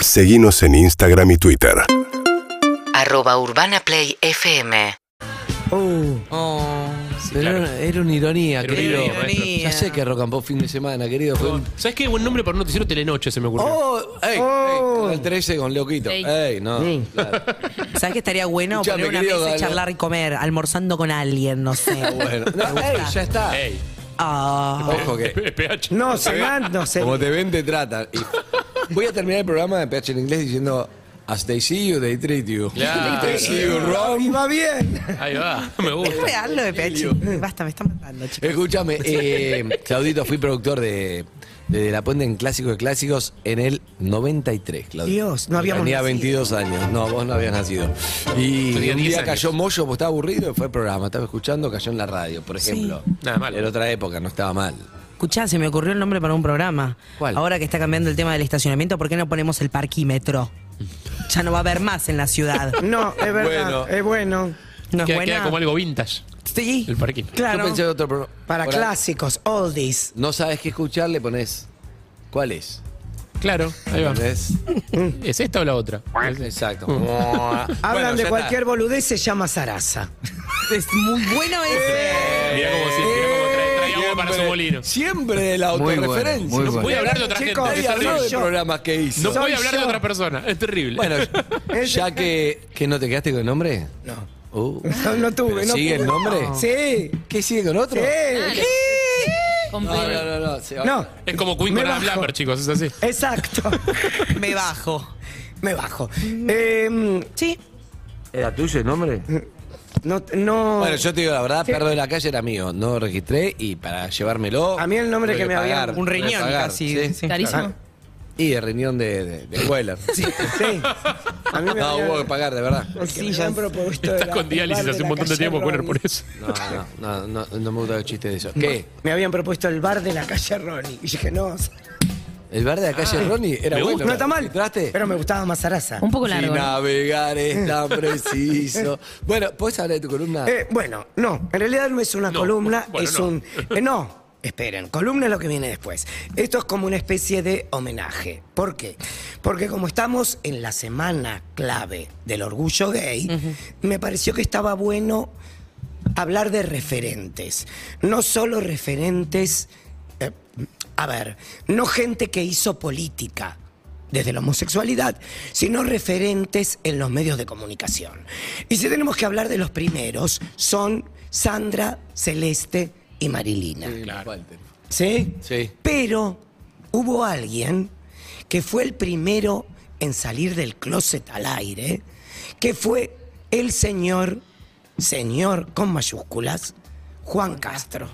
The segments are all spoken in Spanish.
Seguimos en Instagram y Twitter. Arroba Urbana Play FM. Uh, Oh, Oh, Sí, pero claro. era, era una ironía, Era una querido. ironía, maestro. Ya sé que Rock and Pop fin de semana, querido. Fue un- ¿Sabes qué? Buen nombre para un noticiero Telenoche se me ocurrió. ¡Oh! ¡Ey! Oh. ey, Canal 13 con Leoquito. Ey. ¡Ey! No. Sí. claro. ¿Sabes que estaría bueno? Escuchame, poner una querido, mesa y dale. charlar y comer, almorzando con alguien, no sé. Bueno. ¿Te No, gusta? ¡Ey! Ya está. Ey, Ah. Ojo que. eh, PH. No, Semán, no sé. Como te ven, te tratan. Y voy a terminar el programa de PH en inglés diciendo. As they see you, they treat you. Claro. They see you Y wrong. va bien. Ahí va, me Es gusta. real lo de PH. Basta, me están matando, chicos. Escúchame, eh, Claudito, fui productor de, de De La Puente en Clásico de Clásicos en el 93, Claudito. Dios, no habíamos Tenía nacido. 22 años. No, vos no habías nacido. Y Tenía un 10 día años. cayó Moyo, porque estaba aburrido, y fue al programa. Estaba escuchando, cayó en la radio, por ejemplo. Nada mal. Era otra época, no estaba mal. Escuchá, se me ocurrió el nombre para un programa. ¿Cuál? Ahora que está cambiando el tema del estacionamiento, ¿por qué no ponemos el parquímetro? Ya no va a haber más en la ciudad. No, es verdad. Bueno. Es bueno. ¿No es Queda, buena? queda como algo vintage. Sí. El parquín. Yo Claro. pensé en otro programa. Para Por ahí, clásicos, oldies. No sabes qué escuchar, le pones. ¿Cuál es? Claro, ahí va. Mm. ¿Entendés? ¿Es esta o la otra? Exacto. Hablan Bueno, de ya cualquier está. boludez, se llama Sarasa. Es muy bueno ese. Mira cómo, se- mirá cómo trae, trae agua para pues. su molino. Siempre de la Muy bueno, autorreferencia. muy No bueno. puede Voy a hablar de otra Chicos, gente. Nadie Es hablar habló terrible. del yo. programa que hizo. No Soy voy a hablar de yo. otra persona. Es terrible. Bueno, Es- ya que, que no te quedaste con el nombre. No. No, no tuve, no ¿Sigue pude. el nombre? Sí. ¿Qué sigue con otro? Sí. Sí. No, No, no, no, no. se va. No. es como Queen Me con Adam bajo. Lambert, chicos. Es así. Exacto. Me bajo. Me bajo. Eh, Sí. ¿Era tuyo el nombre? no, no. Bueno, yo te digo la verdad, perro de la calle era mío. No registré y para llevármelo. A mí el nombre tuve que me habían- pagar, Un tuve que riñón pagar, casi. ¿sí? sí. Ajá. Carísimo. Y el riñón de, de, de Weller. Sí. A mí me No, habían- hubo que pagar, de verdad. Sí, ya han propuesto de Estás la- con diálisis el bar de hace un la montón de calle tiempo, Queen, por Ronnie. eso. No, no, no, no, no me gusta el chiste de eso. ¿Qué? Me habían propuesto el bar de la calle Ronnie. Y dije, no, El bar de la calle Ah. Ronnie era me bueno. gusta. no está mal. ¿Entraste? Pero me gustaba más Sarasa. Un poco Si largo. ¿no? navegar es tan preciso. Bueno, ¿puedes hablar de tu columna? Eh, bueno, no, en realidad no es una No, columna, bueno, es no. un... eh, no, esperen, columna es lo que viene después. Esto es como una especie de homenaje. ¿Por qué? Porque como estamos en la semana clave del orgullo gay, me pareció que estaba bueno hablar de referentes. No solo referentes... eh, a ver, no gente que hizo política desde la homosexualidad, sino referentes en los medios de comunicación. Y si tenemos que hablar de los primeros, son Sandra, Celeste y Marilina. Walter. ¿Sí? Sí. Pero hubo alguien que fue el primero en salir del closet al aire, que fue el señor, señor con mayúsculas, Juan Castro.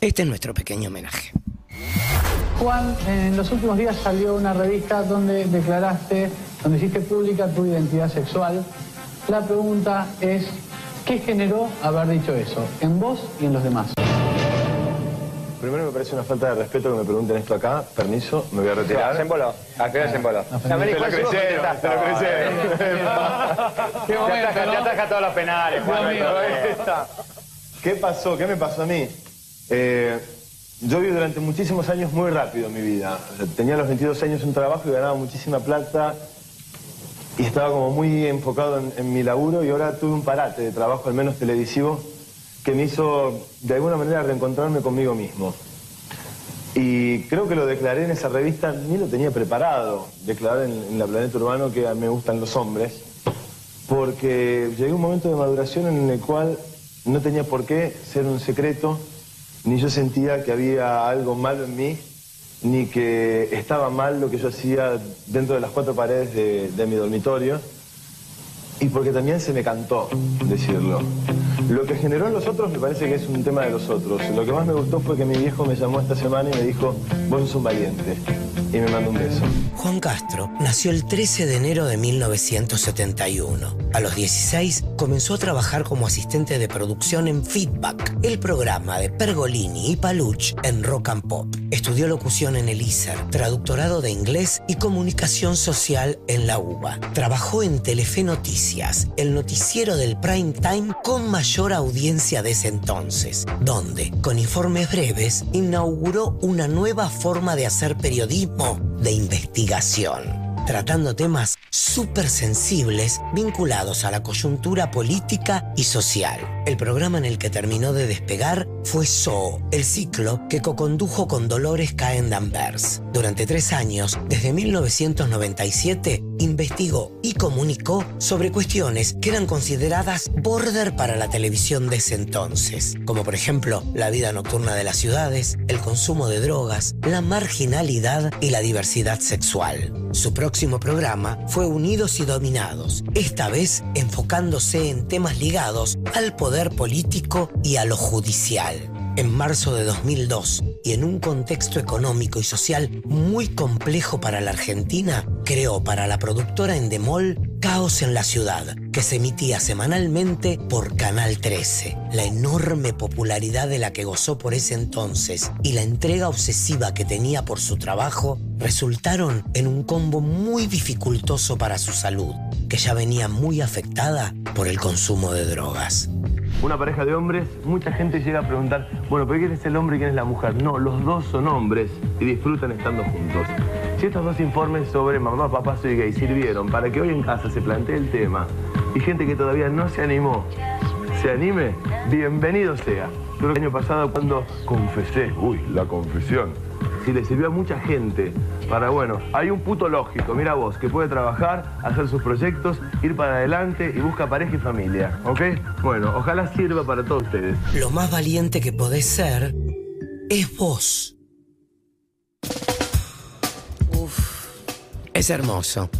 Este es nuestro pequeño homenaje. Juan, eh, en los últimos días salió una revista donde declaraste, donde hiciste pública tu identidad sexual. La pregunta es, ¿qué generó haber dicho eso? En vos y en los demás. Primero me parece una falta de respeto que me pregunten esto acá. Permiso, me voy a retirar. Se emboló. Al final se emboló. te lo crecieron, te lo crecieron. Qué momento, ¿no? todos los penales, Juan, todo ¿Qué pasó? ¿Qué me pasó a mí? Eh, yo viví durante muchísimos años muy rápido mi vida. O sea, Tenía a los 22 años un trabajo y ganaba muchísima plata. Y estaba como muy enfocado en, en mi laburo y ahora tuve un parate de trabajo, al menos televisivo, que me hizo de alguna manera reencontrarme conmigo mismo. Y creo que lo declaré en esa revista, ni lo tenía preparado, declarar en, en la Planeta Urbano que a mí me gustan los hombres, porque llegué a un momento de maduración en el cual no tenía por qué ser un secreto, ni yo sentía que había algo malo en mí, ni que estaba mal lo que yo hacía dentro de las cuatro paredes de- de mi dormitorio. Y porque también se me cantó decirlo. Lo que generó en los otros me parece que es un tema de los otros. Lo que más me gustó fue que mi viejo me llamó esta semana y me dijo, vos sos un valiente. Y me mandó un beso. Juan Castro nació el 13 de enero de 1971. A los 16 comenzó a trabajar como asistente de producción en Feedback, el programa de Pergolini y Paluch en Rock and Pop. Estudió locución en el ISER, traductorado de inglés y comunicación social en la UBA. Trabajó en Telefe Noticias, el noticiero del prime time con mayor audiencia de ese entonces, donde, con informes breves, inauguró una nueva forma de hacer periodismo de investigación. tratando temas súper sensibles vinculados a la coyuntura política y social. El programa en el que terminó de despegar fue Zoo, el ciclo que cocondujo con Dolores Caen Danvers. Durante tres años, desde 1997, investigó y comunicó sobre cuestiones que eran consideradas border para la televisión de ese entonces, como por ejemplo la vida nocturna de las ciudades, el consumo de drogas, la marginalidad y la diversidad sexual. Su próximo programa fue Unidos y Dominados, esta vez enfocándose en temas ligados al poder político y a lo judicial. En marzo de 2002, y en un contexto económico y social muy complejo para la Argentina, creó para la productora Endemol Caos en la Ciudad, que se emitía semanalmente por Canal 13. La enorme popularidad de la que gozó por ese entonces y la entrega obsesiva que tenía por su trabajo resultaron en un combo muy dificultoso para su salud, que ya venía muy afectada por el consumo de drogas. una pareja de hombres, mucha gente llega a preguntar, bueno, pero ¿quién es el hombre y quién es la mujer? No, los dos son hombres y disfrutan estando juntos. Si estos dos informes sobre mamá, papá, soy gay sirvieron para que hoy en casa se plantee el tema y gente que todavía no se animó, se anime, bienvenido sea. Creo que el año pasado cuando confesé, uy, la confesión, si le sirvió a mucha gente para, bueno, hay un puto lógico, mira vos, que puede trabajar, hacer sus proyectos, ir para adelante y busca pareja y familia, ¿ok? Bueno, ojalá sirva para todos ustedes. Lo más valiente que podés ser es vos. Es hermoso.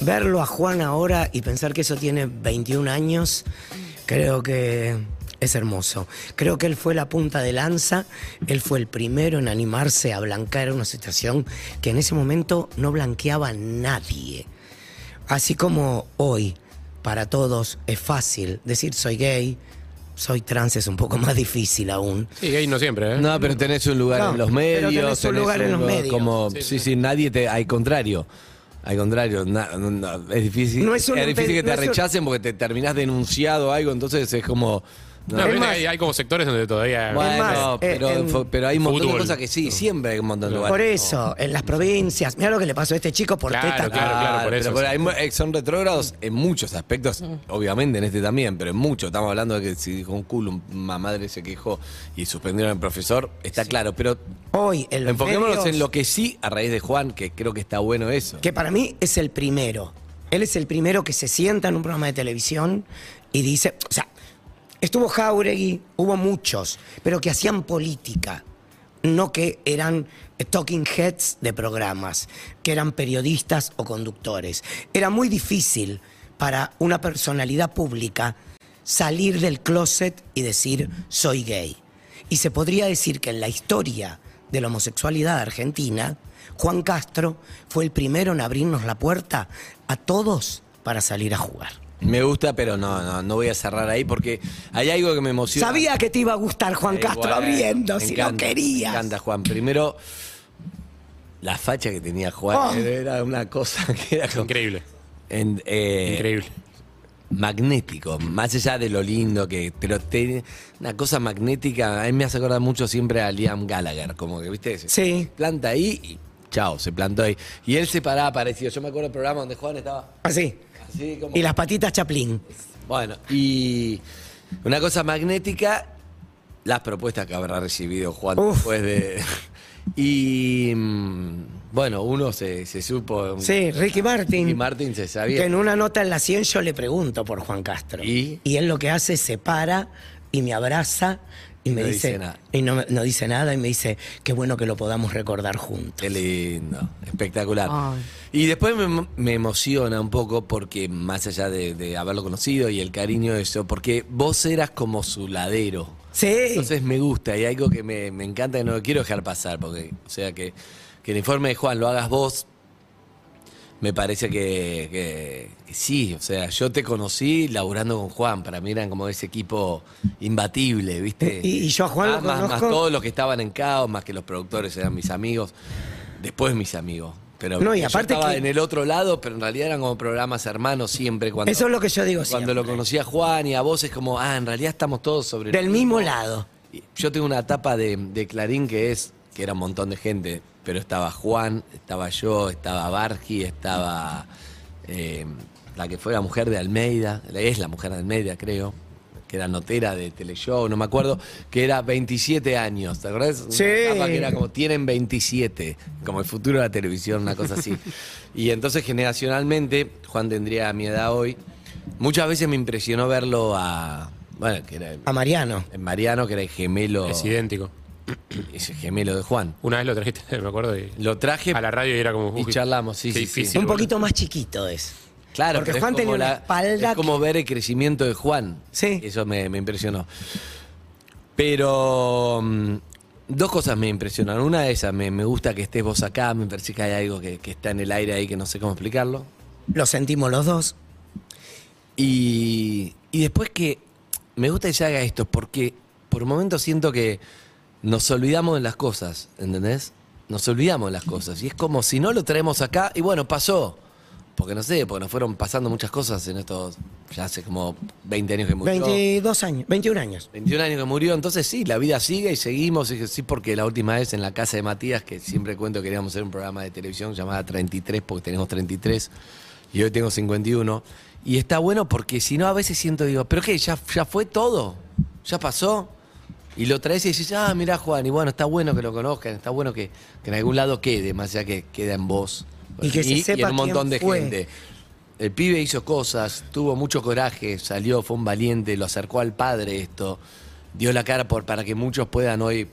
Verlo a Juan ahora y pensar que eso tiene 21 años, creo que es hermoso. Creo que él fue la punta de lanza, él fue el primero en animarse a blanquear una situación que en ese momento no blanqueaba nadie. Así como hoy, para todos es fácil decir soy gay, soy trans es un poco más difícil aún. Sí, gay no siempre, ¿eh? No, pero tenés un lugar No, en los pero medios. tenés un lugar en los medios. Como, sí, sí, nadie te. Al contrario. Al contrario, na- no- no, es difícil. No es un es difícil empe- que te no es un- rechacen porque te terminás denunciado algo, entonces es como. No, no, viste, más- hay, hay como sectores donde todavía. bueno, más, pero, eh, en- fo- pero hay un montón Fútbol. de cosas que sí, siempre hay un montón de lugares. Por eso, en las provincias, mira lo que le pasó a este chico por Claro, teta. claro. por pero eso, por sí. ahí mu- eh, son retrógrados en muchos aspectos, obviamente en este también, pero en muchos. Estamos hablando de que si dijo un culo, una madre se quejó y suspendieron al profesor, está claro, pero Hoy, en los enfoquémonos medios- en lo que sí a raíz de Juan, que creo que está bueno eso. que para mí es el primero. Él es el primero que se sienta en un programa de televisión y dice, o sea, estuvo Jauregui, hubo muchos, pero que hacían política, no que eran eh, talking heads de programas, que eran periodistas o conductores. Era muy difícil para una personalidad pública salir del closet y decir soy gay. Y se podría decir que en la historia de la homosexualidad argentina, Juan Castro fue el primero en abrirnos la puerta a todos para salir a jugar. Me gusta, pero no, no, no voy a cerrar ahí porque hay algo que me emociona. Sabía que te iba a gustar Juan Eh, Castro ah. bueno, abriendo, me si encanta, lo Me querías. encanta, Juan. Primero, la facha que tenía Juan Oh. era una cosa que era como- Increíble, en- eh, increíble. magnético, más allá de lo lindo que, pero tiene una cosa magnética, a mí me hace acordar mucho siempre a Liam Gallagher, como que, viste, se Sí. planta ahí y chao, se plantó ahí. Y él se paraba parecido, yo me acuerdo del programa donde Juan estaba Así. así como... Y las patitas Chaplin. Bueno, y una cosa magnética, las propuestas que habrá recibido Juan Uf. después de... Y mm, bueno, uno se, se supo... Sí, Ricky Martin. Y Martin se sabía. Que en una nota en la 100 yo le pregunto por Juan Castro. ¿Y? él lo que hace es se para y me abraza y me No dice, dice nada. y no, me- no dice nada y me dice, qué bueno que lo podamos recordar juntos. Qué lindo, espectacular. Ay. Y después me, me emociona un poco porque más allá de, de haberlo conocido y el cariño de eso, porque vos eras como su ladero. Sí. Entonces me gusta y algo que me, me encanta que no lo quiero dejar pasar, porque, o sea, que, que el informe de Juan lo hagas vos, me parece que, que- que sí, o sea, yo te conocí laburando con Juan, para mí eran como ese equipo imbatible, ¿viste? Y- y yo a Juan lo más, Ah, más- más conozco- todos los que estaban en caos, más que los productores eran mis amigos, después mis amigos. Pero No, y yo aparte estaba que- en el otro lado, pero en realidad eran como programas hermanos siempre. Cuando, Eso es lo que yo digo Cuando siempre. lo conocí a Juan y a vos es como, ah, en realidad estamos todos sobre el Del mismo lado. yo tengo una etapa de, de Clarín que es, que era un montón de gente, pero estaba Juan, estaba yo, estaba Bargi, estaba eh, la que fue la mujer de Almeida, es la mujer de Almeida, creo, que era notera de Teleshow, no me acuerdo, que era 27 años, ¿te acordás? Una Sí. etapa que era como tienen 27, como el futuro de la televisión, una cosa así. y entonces generacionalmente, Juan tendría mi edad hoy, muchas veces me impresionó verlo a... Bueno, que era A Mariano. eh, Mariano, que era el gemelo, Es idéntico. es el gemelo de Juan. Una vez lo trajiste, me acuerdo, y Lo traje a la radio y era como... y uy, charlamos, sí, qué sí, sí. difícil, un boludo. poquito más chiquito es. Claro, Porque pero es Juan como tenía una la- espalda Es como ver el crecimiento de Juan. Sí. Eso me, me impresionó. Pero mm, dos cosas me impresionan. Una de esas, me, me gusta que estés vos acá, me parece que hay algo que, que está en el aire ahí que no sé cómo explicarlo. Lo sentimos los dos. Y, y después que me gusta que se haga esto, porque por un momento siento que nos olvidamos de las cosas, ¿entendés? Nos olvidamos de las cosas. Y es como si no lo traemos acá, y bueno, pasó. Porque no sé, porque nos fueron pasando muchas cosas en estos, ya hace como 20 años que murió. 22 años, 21 años. 21 años que murió, entonces sí, la vida sigue y seguimos. y sí, porque la última vez en la casa de Matías, que siempre cuento que queríamos hacer un programa de televisión llamada 33, porque tenemos 33, y hoy tengo 51. Y está bueno porque si no, a veces siento, digo, ¿pero qué? ¿Ya, ya fue todo? ¿Ya pasó? Y lo traes y dices, ah, mirá Juan, y bueno, está bueno que lo conozcan, está bueno que, que en algún lado quede, más allá que queda en vos. Y que se en sepa un montón quién de fue. gente. El pibe hizo cosas, tuvo mucho coraje, salió, fue un valiente, lo acercó al padre esto, dio la cara por, para que muchos puedan hoy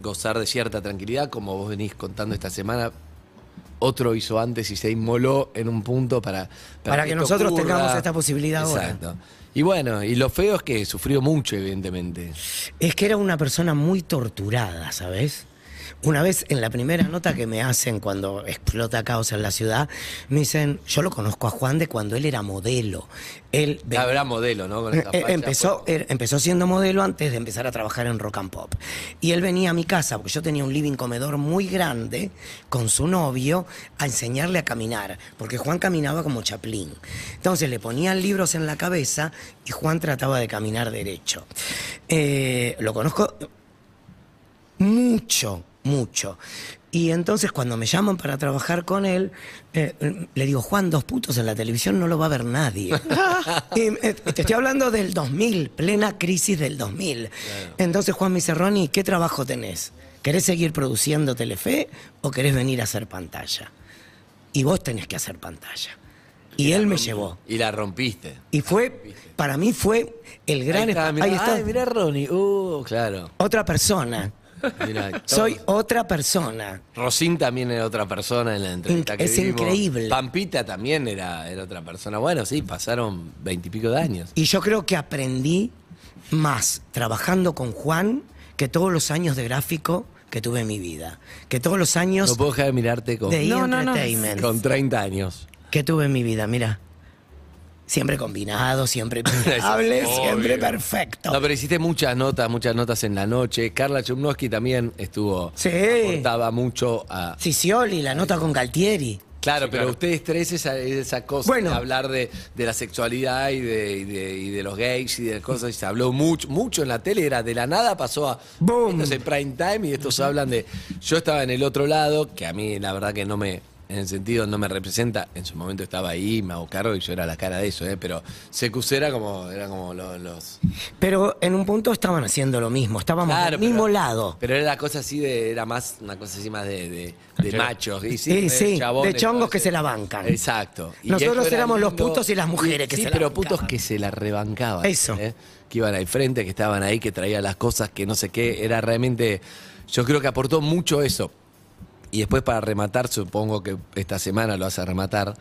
gozar de cierta tranquilidad, como vos venís contando esta semana. Otro hizo antes y se inmoló en un punto para... Para que esto nosotros tengamos esta posibilidad ahora. Exacto. Y bueno, y lo feo es que sufrió mucho, evidentemente. Es que era una persona muy torturada, ¿sabes? Una vez en la primera nota que me hacen cuando explota caos en la ciudad, me dicen, yo lo conozco a Juan de cuando él era modelo. Él ve- Habrá modelo, ¿no? Con Eh, esta eh, facha, empezó, pues. eh, empezó siendo modelo antes de empezar a trabajar en rock and pop. Y él venía a mi casa, porque yo tenía un living comedor muy grande, con su novio, a enseñarle a caminar, porque Juan caminaba como chaplín. Entonces le ponían libros en la cabeza y Juan trataba de caminar derecho. Eh, lo conozco mucho, mucho. Y entonces cuando me llaman para trabajar con él, eh, le digo, Juan, dos putos en la televisión no lo va a ver nadie. Y, eh, te estoy hablando del 2000, plena crisis del 2000. Entonces Juan me dice, Ronnie, ¿qué trabajo tenés? ¿Querés seguir produciendo Telefe o querés venir a hacer pantalla? Y vos tenés que hacer pantalla. Y él me llevó. Y la rompiste. Y fue, para mí fue el gran... Ahí está, espa- mirá, ahí está. Ay, mirá Ronnie. Uh, claro. Otra persona. Mirá, todo. Soy otra persona. Rosín también era otra persona en la entrevista Inc- que es vivimos. increíble. Pampita también era, era otra persona. Bueno, sí, pasaron veintipico de años. Y yo creo que aprendí más trabajando con Juan que todos los años de gráfico que tuve en mi vida. Que todos los años No puedo dejar de mirarte con, de E! No, no, no. Entertainment con 30 años. que tuve en mi vida, mira. Siempre combinado, siempre impecable, Obvio. siempre perfecto. No, pero hiciste muchas notas, muchas notas en la noche. Carla Chumnowski también estuvo. Sí. Aportaba mucho a. Sicioli, la nota con Galtieri. Claro, pero claro. ustedes tres esa, esa cosa Bueno. de hablar de, de la sexualidad y de, y de- y de los gays y de cosas, y se habló mucho, mucho en la tele, era de la nada, pasó a Boom. esto es el prime time y estos hablan de. Yo estaba en el otro lado, que a mí la verdad que no me, en el sentido no me representa, en su momento estaba ahí, me hago cargo y yo era la cara de eso, ¿eh? pero CQC era como, era como lo- los. Pero en un punto estaban haciendo lo mismo, estábamos Claro, al mismo pero- lado. Pero era la cosa así de, era más, una cosa así más de, de- de, Canchero. machos. Y Sí, de sí, de chongos que entonces- se la bancan. Exacto. Nosotros ellos eran éramos los lindos. putos y las mujeres que Sí, se la pero bancaban. putos que se la rebancaban. Eso. ¿eh? Que iban al frente, que estaban ahí, que traían las cosas, que no sé qué. Era realmente, yo creo que aportó mucho eso. Y después para rematar, supongo que esta semana lo vas a rematar,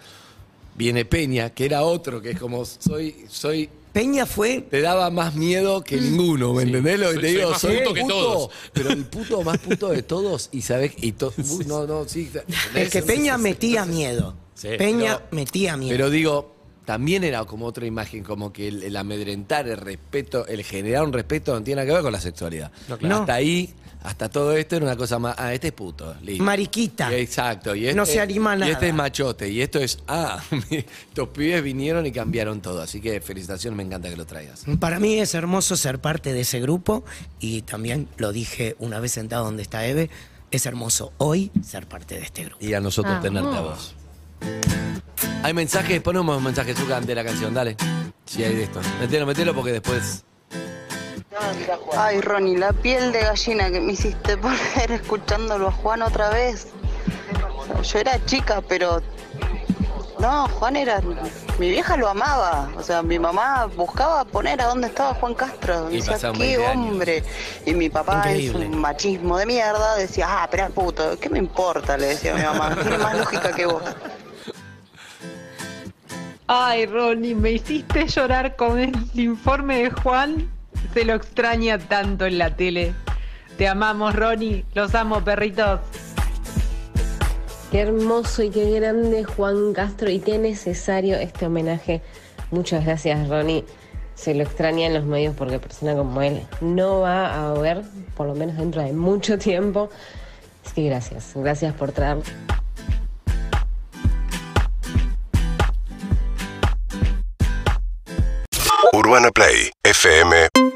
viene Peña, que era otro, que es como, soy, soy Peña fue te daba más miedo que ninguno, ¿me entendés lo que Soy- te soy digo? más puto que todos. pero el puto más puto de todos y sabés y to- Uy, no, no, sí. el que Peña metía miedo. Sí. Peña Pero- metía miedo. Pero digo, también era como otra imagen, como que el, el amedrentar, el respeto, el generar un respeto no tiene nada que ver con la sexualidad. No, claro. Hasta ahí, hasta todo esto era una cosa más, ah, este es puto, listo. Mariquita. Y Exacto. Y este, No se anima Y nada. este es machote. Y esto es, ah, estos pibes vinieron y cambiaron todo. Así que felicitaciones, me encanta que lo traigas. Para mí es hermoso ser parte de ese grupo y también lo dije una vez sentado donde está Eve, Es hermoso hoy ser parte de este grupo. Y a nosotros tenerte a vos. Hay mensajes, ponemos mensajes, Zucca, antes de la canción, dale. Sí, hay de esto. Metelo, metelo porque después. Ay, Ronnie, la piel de gallina que me hiciste poner escuchándolo a Juan otra vez. Yo era chica, pero. No, Juan era. Mi vieja lo amaba. O sea, mi mamá buscaba poner a dónde estaba Juan Castro. Y decía, pasaron qué 20 años". hombre. Y mi papá, Increíble. en su machismo de mierda, decía, ah, pero es puto, ¿qué me importa? Le decía a mi mamá. Tiene más lógica que vos. Ay, Ronnie, me hiciste llorar con el informe de Juan. Se lo extraña tanto en la tele. Te amamos, Ronnie. Los amo, perritos. Qué hermoso y qué grande Juan Castro y qué necesario este homenaje. Muchas gracias, Ronnie. Se lo extraña en los medios porque persona como él no va a haber, por lo menos dentro de mucho tiempo. Así que gracias, gracias por traer. Urbana Play fm.com